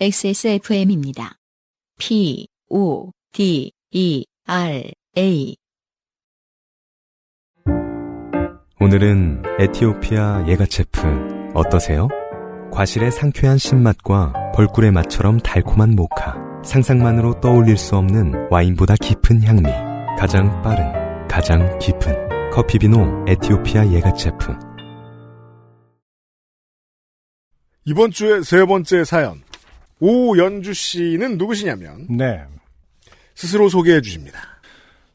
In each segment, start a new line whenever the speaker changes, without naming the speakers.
XSFM입니다. P, O, D, E, R, A.
오늘은 에티오피아 예가체프 어떠세요? 과실의 상쾌한 신맛과 벌꿀의 맛처럼 달콤한 모카. 상상만으로 떠올릴 수 없는 와인보다 깊은 향미. 가장 빠른, 가장 깊은 커피비노 에티오피아 예가체프.
이번 주의 세 번째 사연. 오연주 씨는 누구시냐면
네.
스스로 소개해 주십니다.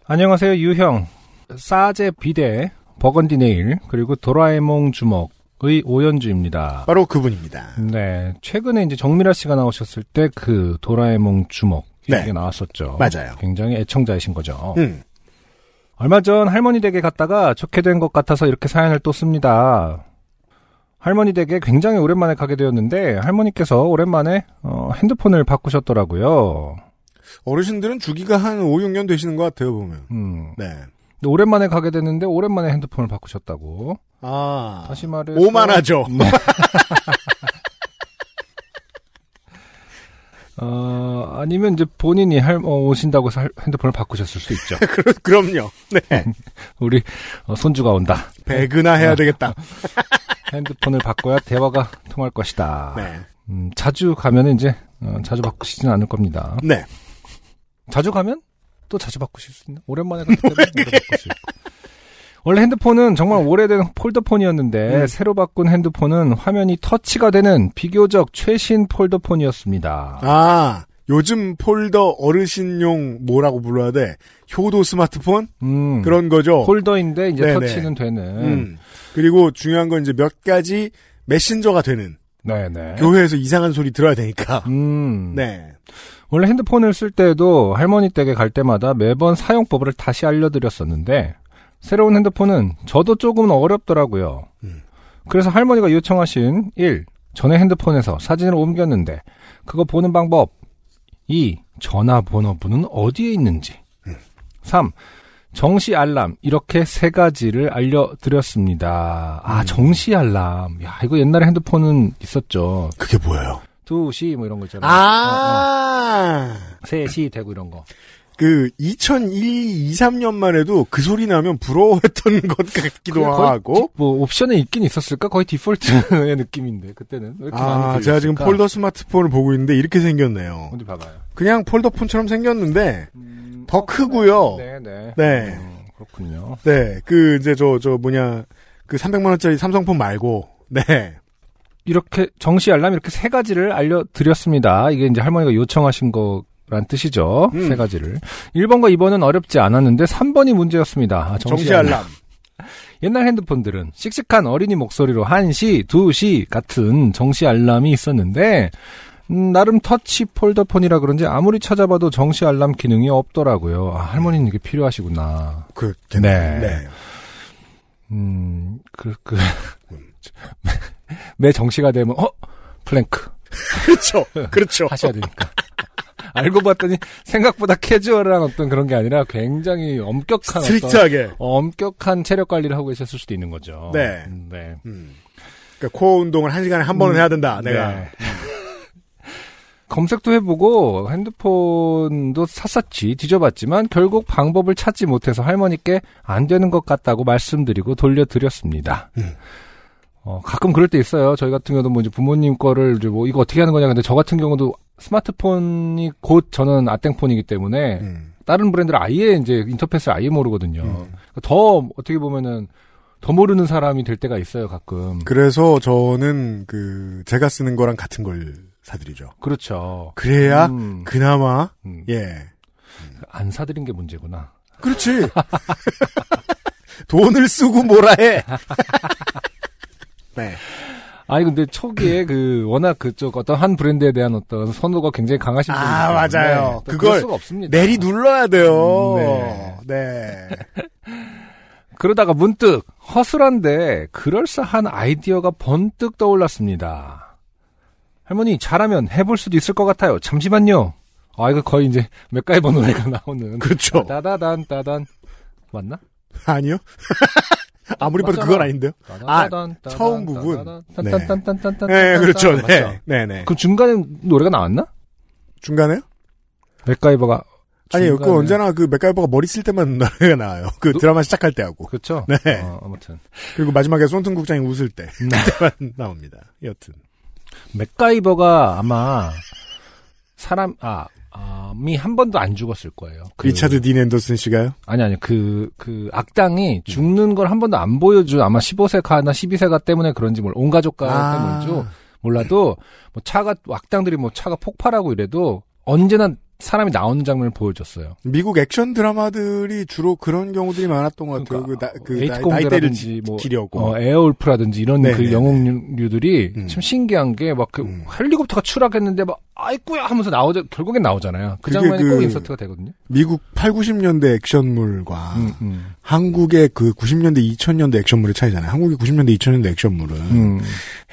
안녕하세요, 유형. 사제 비대, 버건디 네일, 그리고 도라에몽 주먹의 오연주입니다.
바로 그분입니다.
네. 최근에 이제 정미라 씨가 나오셨을 때 그 도라에몽 주먹.
네.
이게 나왔었죠.
맞아요.
굉장히 애청자이신 거죠.
음,
얼마 전 할머니 댁에 갔다가 좋게 된 것 같아서 이렇게 사연을 또 씁니다. 할머니 댁에 굉장히 오랜만에 가게 되었는데 할머니께서 오랜만에 어, 핸드폰을 바꾸셨더라고요.
어르신들은 주기가 한 5, 6년 되시는 것 같아요, 보면.
음.
네.
근데 오랜만에 가게 됐는데 오랜만에 핸드폰을 바꾸셨다고.
아.
다시 말해서
오만하죠.
어, 아니면 이제 본인이 할, 어, 오신다고 해서 할- 핸드폰을 바꾸셨을 수 있죠.
그러- 그럼요. 네.
우리 어, 손주가 온다.
배그나 해야 되겠다.
핸드폰을 바꿔야 대화가 통할 것이다.
네.
음, 자주 가면 이제 어, 자주 바꾸시진 않을 겁니다.
네.
자주 가면 또 자주 바꾸실 수 있나? 오랜만에 갔기 때문에 오래 바꿀 수 있고. 원래 핸드폰은 정말 오래된 폴더폰이었는데
음.
새로 바꾼 핸드폰은 화면이 터치가 되는 비교적 최신 폴더폰이었습니다.
아, 요즘 폴더 어르신용 뭐라고 불러야 돼? 효도 스마트폰?
음,
아, 그런 거죠.
폴더인데 이제
그렇죠. 네네.
터치는 되는.
음. 그리고 중요한 건 이제 몇 가지 메신저가 되는
네네.
교회에서 이상한 소리 들어야 되니까.
음.
네.
원래 핸드폰을 쓸 때에도 할머니 댁에 갈 때마다 매번 사용법을 다시 알려드렸었는데 새로운 핸드폰은 저도 조금 어렵더라고요.
음.
그래서 할머니가 요청하신 1. 전에 핸드폰에서 사진을 옮겼는데 그거 보는 방법 2. 전화번호부는 어디에 있는지 3. 정시 알람 이렇게 세 가지를 알려드렸습니다. 아 정시 알람 야 이거 옛날에 핸드폰은 있었죠.
그게 뭐예요?
2시 뭐 이런 거 있잖아요. 어, 어.
아,
3시 되고 이런 거.
그 2001, 2, 3년만 해도 그 소리 나면 부러워했던 것 같기도
거의
하고.
디- 뭐 옵션에 있긴 있었을까? 거의 디폴트의 느낌인데 그때는 왜 이렇게
아,
많이
제가 지금 폴더 스마트폰을 보고 있는데 이렇게 생겼네요.
어디 봐봐요.
그냥 폴더폰처럼 생겼는데 음, 더 크고요.
네, 네.
네.
음, 그렇군요.
네, 그 이제 저 저 뭐냐 그 300만 원짜리 삼성폰 말고 네,
이렇게 정시 알람 이렇게 세 가지를 알려드렸습니다. 이게 이제 할머니가 요청하신 거란 뜻이죠.
음.
세 가지를. 1번과 2번은 어렵지 않았는데 3번이 문제였습니다. 아,
정시 알람.
옛날 핸드폰들은 씩씩한 어린이 목소리로 1시, 2시 같은 정시 알람이 있었는데, 음, 나름 터치 폴더폰이라 그런지 아무리 찾아봐도 정시 알람 기능이 없더라고요. 아, 할머니는 이게 필요하시구나.
그
네.
네.
음, 그, 그, 매 정시가 되면, 어? 플랭크
그렇죠. 그렇죠.
하셔야 되니까. 알고 봤더니 생각보다 캐주얼한 어떤 그런 게 아니라 굉장히 엄격한 어떤
스트릭트하게.
엄격한 체력 관리를 하고 계셨을 수도 있는 거죠.
네.
음, 네.
음. 그러니까 코어 운동을 한 시간에 한 번은 해야 된다. 내가
음. 네. 검색도 해보고 핸드폰도 샅샅이 뒤져봤지만 결국 방법을 찾지 못해서 할머니께 안 되는 것 같다고 말씀드리고 돌려드렸습니다.
음.
어, 가끔 그럴 때 있어요. 저희 같은 경우도 뭐 이제 부모님 거를 이제 뭐 이거 어떻게 하는 거냐. 근데 저 같은 경우도 스마트폰이 곧 저는 아땡폰이기 때문에
음.
다른 브랜드를 아예 이제 인터페이스를 아예 모르거든요. 그러니까 더 어떻게 보면은 더 모르는 사람이 될 때가 있어요. 가끔.
그래서 저는 그 제가 쓰는 거랑 같은 걸 사드리죠.
그렇죠.
그래야
음.
그나마
음.
예
안 사드린 게 문제구나.
그렇지. 돈을 쓰고 뭐라 해. 네.
아니 근데 초기에 그 워낙 그쪽 어떤 한 브랜드에 대한 어떤 선호가 굉장히 강하신 분이
아, 맞아요. 그걸
그럴 수가 없습니다.
내리 눌러야 돼요.
음,
네.
그러다가 문득 허술한데 그럴싸한 아이디어가 번뜩 떠올랐습니다. 할머니 잘하면 해볼 수도 있을 것 같아요. 잠시만요. 아 이거 거의 이제 맥가이버 노래가 나오는
그렇죠.
따다단 따단 맞나?
아니요. 아무리 봐도
맞잖아.
그건 아닌데요? 아, 처음 부분. 네. 네, 그렇죠. 네. 네, 네.
그 중간에 노래가 나왔나?
중간에?
맥가이버가
아니요, 그
중간에-
언제나 그 맥가이버가 머리 쓸 때만 노래가 나와요. 그
노-
드라마 시작할 때 하고.
그렇죠.
네.
어, 아무튼
그리고 마지막에 손튼 국장이 웃을 때.
네.
그때만 나옵니다. 여튼.
맥가이버가 아마 사람 아, 아, 미한 번도 안 죽었을 거예요. 그-
리차드 딘 앤더슨 씨가요?
아니 아니 그 그 악당이 죽는 걸 한 번도 안 보여준 아마 15세가나 12세가 때문에 그런지 몰라 온 가족가
아.
때문인지 몰라도 뭐 차가 악당들이 뭐 차가 폭발하고 이래도 언제나 사람이 나오는 장면을 보여줬어요.
미국 액션 드라마들이 주로 그런 경우들이 많았던 것 같아요. 그,
그러니까
나, 그
에이트
나이, 나이대를
공대라든지
지,
뭐
지키려고.
어, 에어울프라든지 이런
네, 네,
그
네.
영웅류들이
음.
참 신기한 게 막 그
음.
헬리콥터가 추락했는데 막 아이꾸야 하면서 나오죠 결국엔 나오잖아요. 그
그게
장면이
그-
꼭 인서트가 되거든요.
미국 8, 90년대 액션물과
음, 음.
한국의 그 90년대, 2000년대 액션물의 차이잖아요. 한국의 90년대, 2000년대 액션물은
음.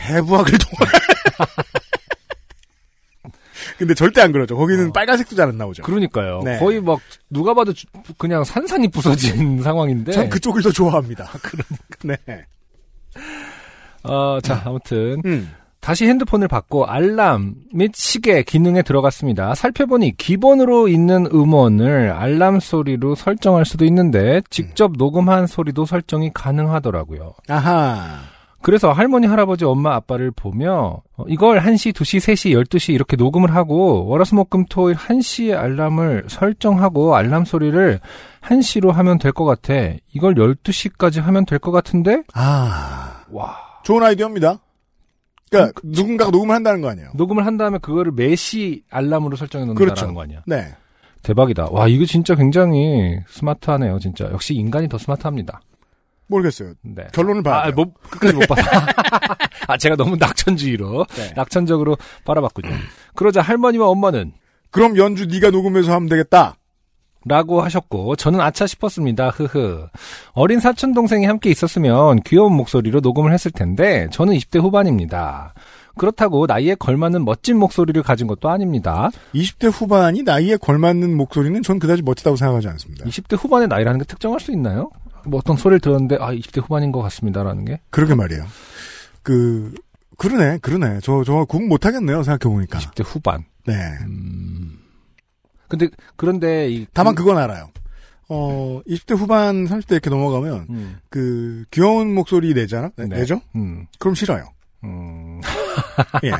해부학을 통한. 근데 절대 안 그러죠. 거기는
어.
빨간색도 잘 안 나오죠.
그러니까요.
네.
거의 막 누가 봐도 주- 그냥 산산이 부서진 상황인데.
전 그쪽을 더 좋아합니다. 그러니까. 네.
어, 자 아무튼
음.
다시 핸드폰을 받고 알람 및 시계 기능에 들어갔습니다. 살펴보니 기본으로 있는 음원을 알람 소리로 설정할 수도 있는데 직접 녹음한 소리도 설정이 가능하더라고요.
아하.
그래서 할머니, 할아버지, 엄마, 아빠를 보며 어, 이걸 1시, 2시, 3시, 12시 이렇게 녹음을 하고 월화수목금토일 1시에 알람을 설정하고 알람 소리를 1시로 하면 될 것 같아. 이걸 12시까지 하면 될 것 같은데?
아.
와.
좋은 아이디어입니다. 그러니까 누군가가 녹음을 한다는 거 아니에요.
녹음을 한 다음에 그거를 매시 알람으로 설정해 놓는다는
그렇죠.
거 아니야.
네.
대박이다. 와, 이거 진짜 굉장히 스마트하네요, 진짜. 역시 인간이 더 스마트합니다.
모르겠어요.
네.
결론을 봐야
아,
돼요.
못, 끝까지 못 봤다. 아, 제가 너무 낙천주의로,
네.
낙천적으로 바라봤군요. 그러자 할머니와 엄마는
그럼 연주 네가 녹음해서 하면 되겠다.
라고 하셨고 저는 아차 싶었습니다. 흐흐. 어린 사촌 동생이 함께 있었으면 귀여운 목소리로 녹음을 했을 텐데 저는 20대 후반입니다. 그렇다고 나이에 걸맞는 멋진 목소리를 가진 것도 아닙니다.
20대 후반이 나이에 걸맞는 목소리는 전 그다지 멋지다고 생각하지 않습니다.
20대 후반의 나이라는 게 특정할 수 있나요? 뭐 어떤 소리를 들었는데 아 20대 후반인 것 같습니다라는 게
그러게 말이에요. 그 그러네, 그러네. 저 저 구분 못 하겠네요. 생각해 보니까.
20대 후반.
네.
그러니까. 음. 근데 그런데 이
다만 그건 알아요. 어, 20대 후반, 30대 이렇게 넘어가면
음.
그 귀여운 목소리 내잖아. 네,
네.
내죠?
음.
그럼 싫어요.
음.
예.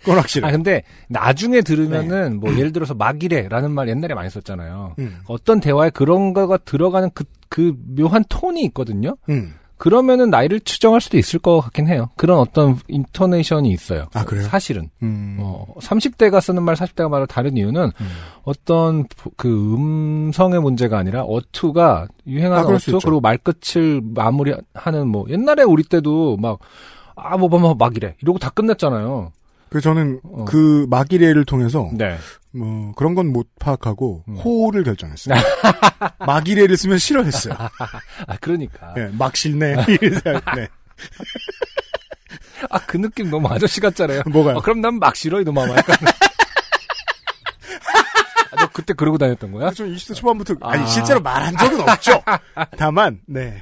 그건 확실해.
아
요
근데 나중에 들으면은 뭐 예를 들어서 막이래라는 말 옛날에 많이 썼잖아요.
네. 음.
어떤 대화에 그런 거가 들어가는 그, 그 묘한 톤이 있거든요.
음.
그러면은 나이를 추정할 수도 있을 것 같긴 해요. 그런 어떤 인터네이션이 있어요.
아, 그래요?
사실은.
음.
어, 30대가 쓰는 말, 40대가 말을 다른 이유는
음.
어떤 부- 그 음성의 문제가 아니라 어투가
아,
유행하는
그럴 수
어투
있죠.
그리고 말끝을 마무리하는 뭐 옛날에 우리 때도 막 아, 뭐, 뭐, 뭐, 막 이래. 이러고 다 끝냈잖아요.
그 저는
어.
그 마기레를 통해서
네.
뭐 그런 건 못 파악하고
음.
호를 결정했어요. 마기레를 쓰면 싫어했어요.
아, 그러니까.
예, 막 싫네. 이래서, 네.
아, 그 느낌 너무 아저씨 같잖아요.
뭐가요?
아, 그럼 난 막 싫어 이놈아 막 약간. 아, 너 그때 그러고 다녔던 거야?
저 20대 초반부터 아니
아.
실제로 말한 적은 없죠. 다만 네.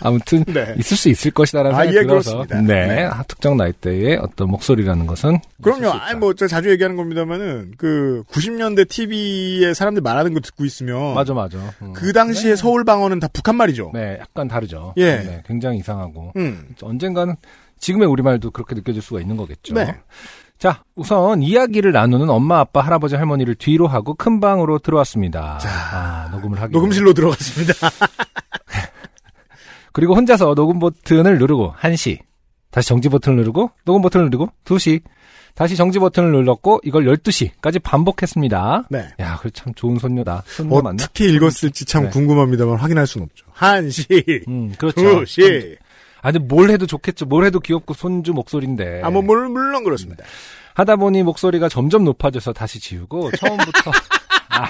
아무튼
네.
있을 수 있을 것이다라는
아,
생각이
예,
들어서
그렇습니다.
네,
네.
아, 특정 나이대의 어떤 목소리라는 것은
그럼요.
있을 수 있다.
아니 뭐저 자주 얘기하는 겁니다만은 그 90년대 TV에 사람들 말하는 거 듣고 있으면
맞아 맞아 음.
어. 그 당시에 서울 방언은 다 북한 말이죠.
네 약간 다르죠
예.
네, 굉장히 이상하고
음.
언젠가는 지금의 우리말도 그렇게 느껴질 수가 있는 거겠죠
네.
자 우선 이야기를 나누는 엄마 아빠 할아버지 할머니를 뒤로 하고 큰 방으로 들어왔습니다 아, 녹음을 하기 위해.
녹음실로 들어갔습니다.
그리고 혼자서 녹음 버튼을 누르고 1시. 다시 정지 버튼을 누르고 녹음 버튼을 누르고 2시. 다시 정지 버튼을 눌렀고 이걸 12시까지 반복했습니다.
네.
야, 그 참 좋은 손녀다. 손녀 음, 맞나?
어떻게 읽었을지 참
네.
궁금합니다만 확인할 수는 없죠. 한 시,
음, 그렇죠.
두 시.
아, 근데 뭘 해도 좋겠죠. 뭘 해도 귀엽고 손주 목소리인데.
아, 뭐, 물론, 물론 그렇습니다.
하다 보니 목소리가 점점 높아져서 다시 지우고 처음부터 아,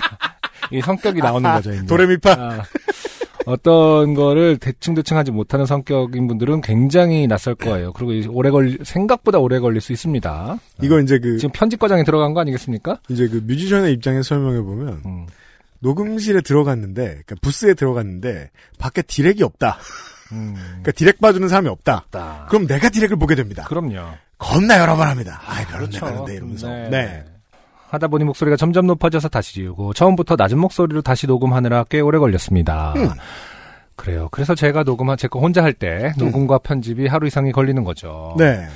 이 성격이 나오는
아,
거죠, 이제.
도레미파.
아, 어떤 거를 대충대충 하지 못하는 성격인 분들은 굉장히 낯설 거예요. 그리고 이 오래 걸리, 생각보다 오래 걸릴 수 있습니다.
이거 이제 그,
지금 편집 과정에 들어간 거 아니겠습니까?
이제 그 뮤지션의 입장에서 설명해 보면,
음.
녹음실에 들어갔는데, 그러니까 부스에 들어갔는데, 밖에 디렉이 없다.
음.
그러니까 디렉 봐주는 사람이 없다.
다
그럼 내가 디렉을 보게 됩니다.
그럼요.
겁나 여러 번 합니다. 아이, 별론데,
그렇죠.
별론데, 이러면서.
네.
네.
하다 보니 목소리가 점점 높아져서 다시 지우고 처음부터 낮은 목소리로 다시 녹음하느라 꽤 오래 걸렸습니다.
음.
그래요. 그래서 제가 녹음한 제 거 혼자 할 때 녹음과 편집이 하루 이상이 걸리는 거죠.
네.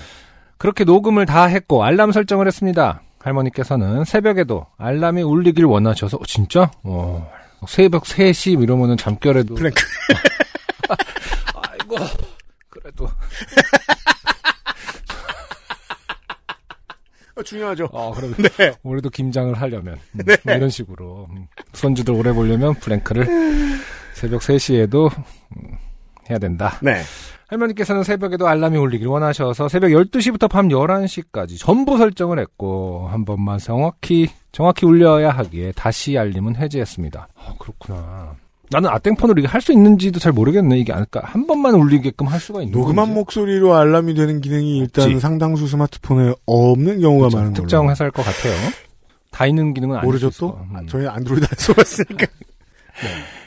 그렇게 녹음을 다 했고 알람 설정을 했습니다. 할머니께서는 새벽에도 알람이 울리길 원하셔서 어, 진짜? 어, 새벽 3시 뭐 이러면은 잠결에도
플랭크.
아이고 그래도
어, 중요하죠.
어 그럼
네.
올해도 김장을 하려면 음, 뭐 이런 식으로 음, 손주들 오래 보려면 프랭크를 새벽 3시에도 음, 해야 된다.
네.
할머니께서는 새벽에도 알람이 울리길 원하셔서 새벽 12시부터 밤 11시까지 전부 설정을 했고 한 번만 정확히 정확히 울려야 하기에 다시 알림은 해제했습니다. 아 그렇구나. 나는 아땡폰으로 이게 할 수 있는지도 잘 모르겠네. 이게 아까 한 번만 울리게끔 할 수가 있는
녹음한
건지.
목소리로 알람이 되는 기능이 일단
없지. 그렇죠.
상당수 스마트폰에 없는 경우가 많은 걸로.
특정 회사일 것 같아요. 다 있는 기능은 아니죠.
모르죠 또?
음.
아, 저희 안드로이드 안 써봤으니까.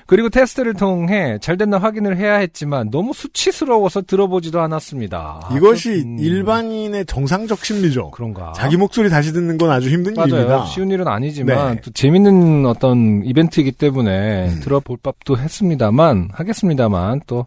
그리고 테스트를 통해 잘 됐나 확인을 해야 했지만 너무 수치스러워서 들어보지도 않았습니다. 아,
이것이
그렇군.
일반인의 정상적 심리죠.
그런가?
자기 목소리 다시 듣는 건 아주 힘든
맞아요.
일입니다.
쉬운 일은 아니지만
네.
또 재밌는 어떤 이벤트이기 때문에 들어볼 법도 했습니다만 하겠습니다만 또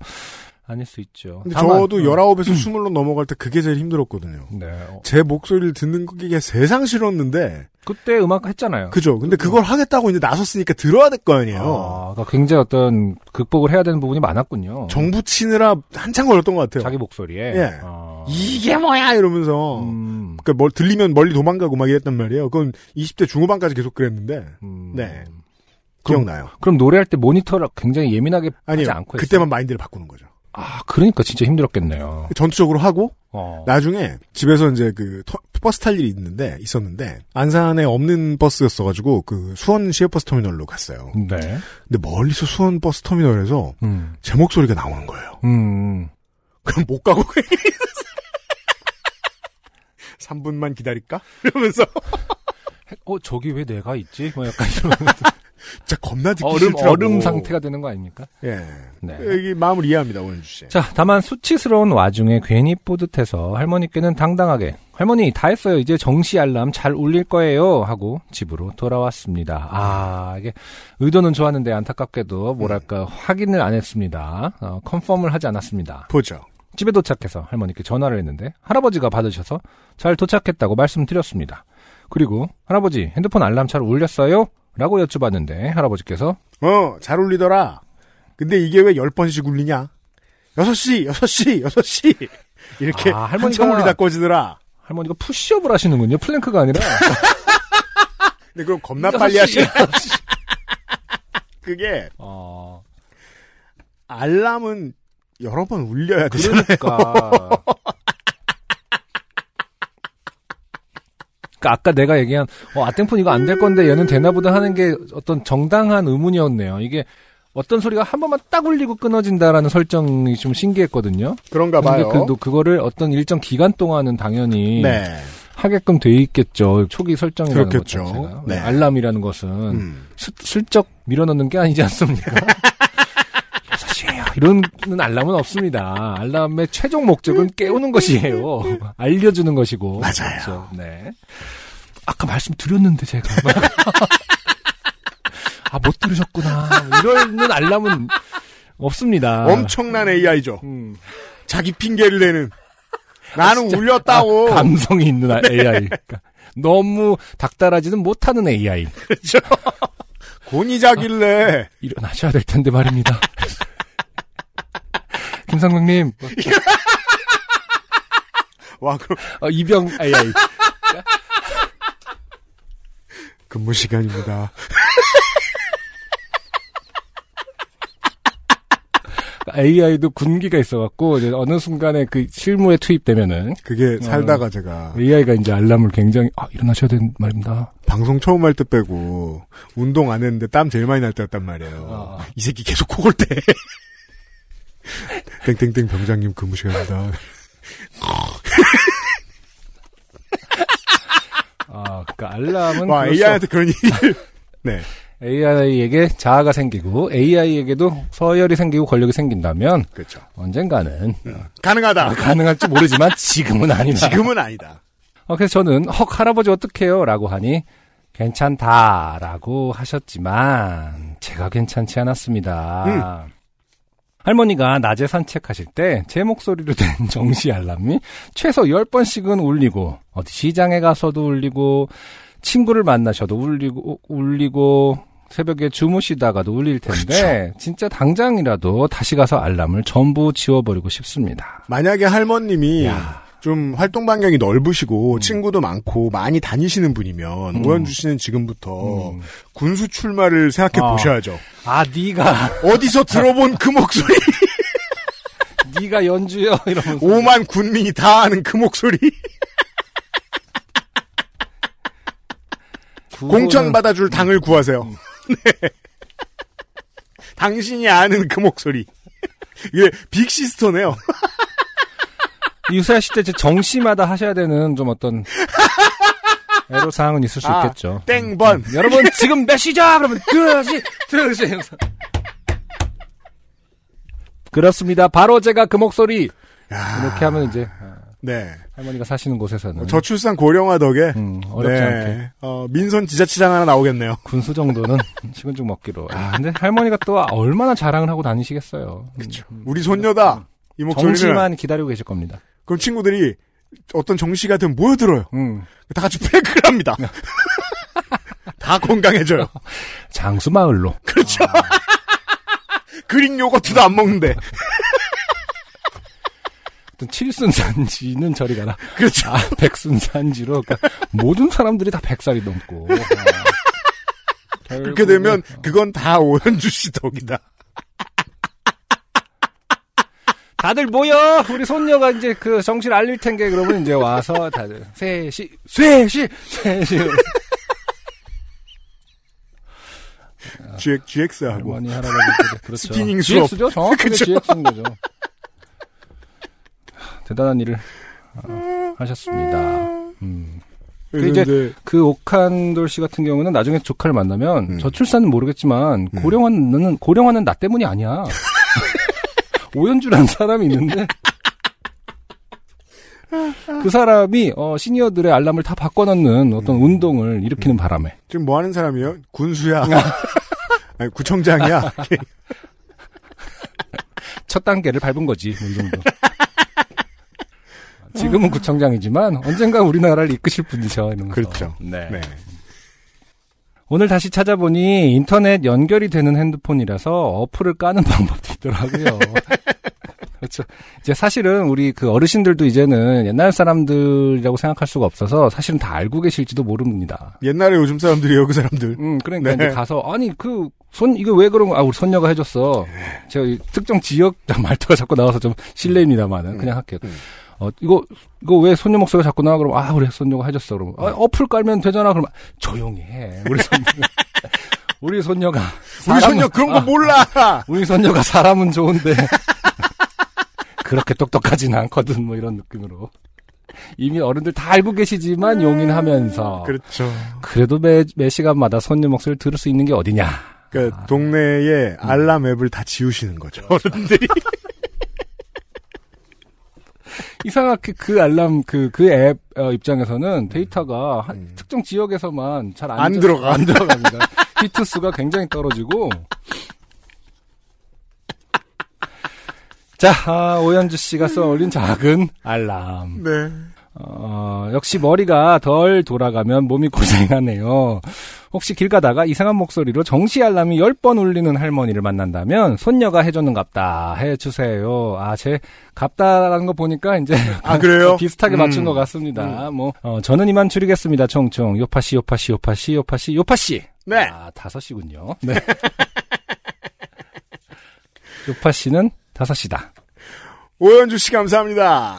아닐 수 있죠.
근데
다만,
저도
어,
19에서 20로 넘어갈 때 그게 제일 힘들었거든요.
네. 어,
제 목소리를 듣는 게 세상 싫었는데,
그때 음악 했잖아요.
그죠. 근데 그걸 하겠다고 이제 나섰으니까 들어야 될 거 아니에요.
그렇죠. 아, 그러니까 굉장히 어떤 극복을 해야 되는 부분이 많았군요.
정부 치느라 한참 걸렸던 것 같아요.
자기 목소리에.
예.
아,
이게 뭐야! 이러면서.
음,
그러니까 뭘 들리면 멀리 도망가고 막 이랬단 말이에요. 그건 20대 중후반까지 계속 그랬는데,
음.
네.
그럼-
기억나요.
그럼 노래할 때 모니터를 굉장히 예민하게
아니요.
하지 않고 했어요?
그때만 마인드를 바꾸는 거죠.
아, 그러니까 진짜 힘들었겠네요.
전투적으로 하고,
어.
나중에 집에서 이제 그 토- 버스 탈 일이 있는데 있었는데 안산에 없는 버스였어가지고 그 수원 시외버스 터미널로 갔어요.
네.
근데 멀리서 수원 버스 터미널에서
음.
제 목소리가 나오는 거예요.
음.
그럼 못 가고 그냥 있었어요. 3분만 기다릴까? 이러면서
어, 저기 왜 내가 있지? 뭐 약간 이런
진짜 겁나 듣기
얼음,
싫더라고.
얼음 상태가 되는 거 아닙니까?
예.
네.
여기 마음을 이해합니다 원주 씨.
자, 다만 수치스러운 와중에 괜히 뿌듯해서 할머니께는 당당하게 할머니 다 했어요. 이제 정시 알람 잘 울릴 거예요. 하고 집으로 돌아왔습니다. 아, 이게 의도는 좋았는데 안타깝게도
네.
뭐랄까 확인을 안 했습니다. 어, 컨펌을 하지 않았습니다.
보죠.
집에 도착해서 할머니께 전화를 했는데 할아버지가 받으셔서 잘 도착했다고 말씀드렸습니다. 그리고 할아버지 핸드폰 알람 잘 울렸어요? 라고 여쭤봤는데 할아버지께서
어, 잘 울리더라. 근데 이게 왜 열번씩 울리냐? 6시, 6시, 6시. 이렇게
아, 할머니가-
한참 울리다 꺼지더라.
할머니가 푸시업을 하시는군요. 플랭크가 아니라
근데 그럼 겁나 빨리 하시
여섯 시.
그게
어,
알람은 여러 번 울려야 되잖아요.
그러니까 그러니까 아까 내가 얘기한 어, 아땡폰 이거 안 될 건데 얘는 되나 보다 하는 게 어떤 정당한 의문이었네요. 이게 어떤 소리가 한 번만 딱 울리고 끊어진다라는 설정이 좀 신기했거든요.
그런가
근데
봐요.
그, 또 그거를 어떤 일정 기간 동안은 당연히
네.
하게끔 돼 있겠죠. 초기 설정이라는 것
그렇겠죠.
자체가.
네.
알람이라는 것은
음.
슬, 슬쩍 밀어넣는 게 아니지 않습니까? 6시에요. 이런 알람은 없습니다. 알람의 최종 목적은 깨우는 것이에요. 알려주는 것이고.
맞아요.
그렇죠. 네. 아까 말씀드렸는데 제가. 아, 못 들으셨구나. 이러는 알람은 없습니다.
엄청난 AI죠.
음.
자기 핑계를 내는. 나는 울렸다고.
아, 감성이 있는 아- AI. 그러니까 너무 닥달하지는 못하는 AI.
곤이자길래.
일어나셔야 될 텐데 말입니다. 김상국님,
와, 그럼
어, 이병 AI.
근무 시간입니다.
AI도 군기가 있어갖고, 이제 어느 순간에 그 실무에 투입되면은,
그게 살다가 제가
AI가 이제 알람을 굉장히, 아, 일어나셔야 될 말입니다.
방송 처음 할 때 빼고 운동 안 했는데 땀 제일 많이 날 때였단 말이에요.
아.
이 새끼 계속 코골 때. 땡땡땡 병장님 근무 시간입니다.
아, 그니까 알람은.
와,
아, 그럴 수 없- 그렇죠.
AI한테 그런 일. 네.
AI에게 자아가 생기고 AI에게도 서열이 생기고 권력이 생긴다면
그렇죠. 음.
언젠가는
가능하다.
아, 가능할지 모르지만 지금은 아니다.
지금은 아니다.
어, 그래서 저는 헉 할아버지 어떡해요? 라고 하니 괜찮다라고 하셨지만 제가 괜찮지 않았습니다. 할머니가 낮에 산책하실 때 제 목소리로 된 정시 알람이 최소 10번씩은 울리고 어디 시장에 가서도 울리고 친구를 만나셔도 울리고 울리고 새벽에 주무시다가도 울릴 텐데 진짜 당장이라도 다시 가서 알람을 전부 지워버리고 싶습니다.
만약에 할머님이
야.
좀 활동 반경이 넓으시고 친구도 많고 많이 다니시는 분이면 오현주 씨는 지금부터
음.
군수 출마를 생각해
아.
보셔야죠.
아 네가
어디서 들어본 그 목소리,
네가 연주요 이러면서
오만 군민이 다 아는 그 목소리, 공천 받아줄 당을 구하세요. 네. 당신이 아는 그 목소리. 이게 빅시스터네요.
유사시 때 이제 정시마다 하셔야 되는 좀 어떤 애로사항은 있을 수
아,
있겠죠.
땡번.
여러분 지금 몇 시죠? 그러면 들어야지 들어야지. 하면서. 그렇습니다. 바로 제가 그 목소리
야,
이렇게 하면 이제 아,
네.
할머니가 사시는 곳에서는
저출산 고령화 덕에
음, 어렵지
네.
않게
어, 민선 지자체장 하나 나오겠네요.
군수 정도는 식은 죽 먹기로. 아, 근데 할머니가 또 얼마나 자랑을 하고 다니시겠어요. 음,
우리 손녀다. 이 목소리는
정시만 기다리고 계실 겁니다.
그럼 친구들이 어떤 정시 같은 모여들어요.
음.
다 같이 팩을 합니다. 다 건강해져요.
장수 마을로.
그릭 요거트도 안 먹는데.
어떤 칠순산지는 저리 가라.
그렇죠.
아, 백순산지로. 그러니까 모든 사람들이 다 백살이 넘고. 아,
그렇게 되면 그건 다 오현주 씨 덕이다.
다들 모여! 우리 손녀가 이제 그 정신 알릴 텐게 그러면 이제 와서 다들 셋이, 셋이, 셋이.
GX, GX하고.
할머니, 할아버지. 그렇죠.
스피닝 수업.
GX죠? 정확하게
그쵸.
GX인 거죠. 대단한 일을 어, 하셨습니다. 음. 그 이제 그 옥한돌 씨 같은 경우는 나중에 조카를 만나면
음.
저출산은 모르겠지만
음.
고령화는 고령화는 나 때문이 아니야. 오연주라는 사람이 있는데 그 사람이 어, 시니어들의 알람을 다 바꿔놓는 어떤
음.
운동을 일으키는 바람에
지금 뭐 하는 사람이에요? 군수야. 아니, 구청장이야.
첫 단계를 밟은 거지 뭐이 정도. 지금은 구청장이지만 언젠가 우리나라를 이끄실 분이셔 이러면서.
그렇죠.
네.
네.
오늘 다시 찾아보니 인터넷 연결이 되는 핸드폰이라서 어플을 까는 방법도 있더라고요. 그렇죠. 이제 사실은 우리 그 어르신들도 이제는 옛날 사람들이라고 생각할 수가 없어서 사실은 다 알고 계실지도 모릅니다.
옛날에 요즘 사람들이에요, 그 사람들.
음, 그러니까
네.
이제 가서 아니 그 손 이거 왜 그런 거? 아 우리 손녀가 해줬어.
네.
제가 이 특정 지역 말투가 자꾸 나와서 좀 실례입니다만은 그냥 할게요.
음.
어 이거 이거 왜 손녀 목소리가 자꾸 나와? 그럼 아 우리 손녀가 해줬어. 그럼 아, 어플 깔면 되잖아. 그럼 조용히 해. 우리 손녀 우리 손녀가
우리
사람은-
손녀 그런 거 뭐-
아,
몰라!
우리 손녀가 사람은 좋은데 그렇게 똑똑하진 않거든. 뭐 이런 느낌으로 이미 어른들 다 알고
음.
계시지만 용인하면서
그렇죠.
그래도 매, 매 시간마다 손님 목소리를 들을 수 있는 게 어디냐.
그러니까 동네에 알람 앱을 다 지우시는 거죠. 어른들이.
이상하게 그 알람, 그, 그 앱 입장에서는 데이터가 한-
음.
특정 지역에서만 잘 안
안 들어가.
안 들어갑니다. 히트 수가 굉장히 떨어지고. 자, 아, 오현주 씨가 써올린 작은 알람.
네.
어, 역시 머리가 덜 돌아가면 몸이 고생하네요. 혹시 길 가다가 이상한 목소리로 정시 알람이 10번 울리는 할머니를 만난다면 손녀가 해줬는갑다 해주세요. 아, 제 갑다라는 거 보니까 이제
아, 그래요? 음.
비슷하게 맞춘 것 같습니다. 뭐, 어, 저는 이만 줄이겠습니다. 총총. 요파씨, 요파씨, 요파씨, 요파씨, 요파씨.
네.
아, 다섯 시군요. 네. 요파씨는 다섯 시다.
오현주 씨 감사합니다.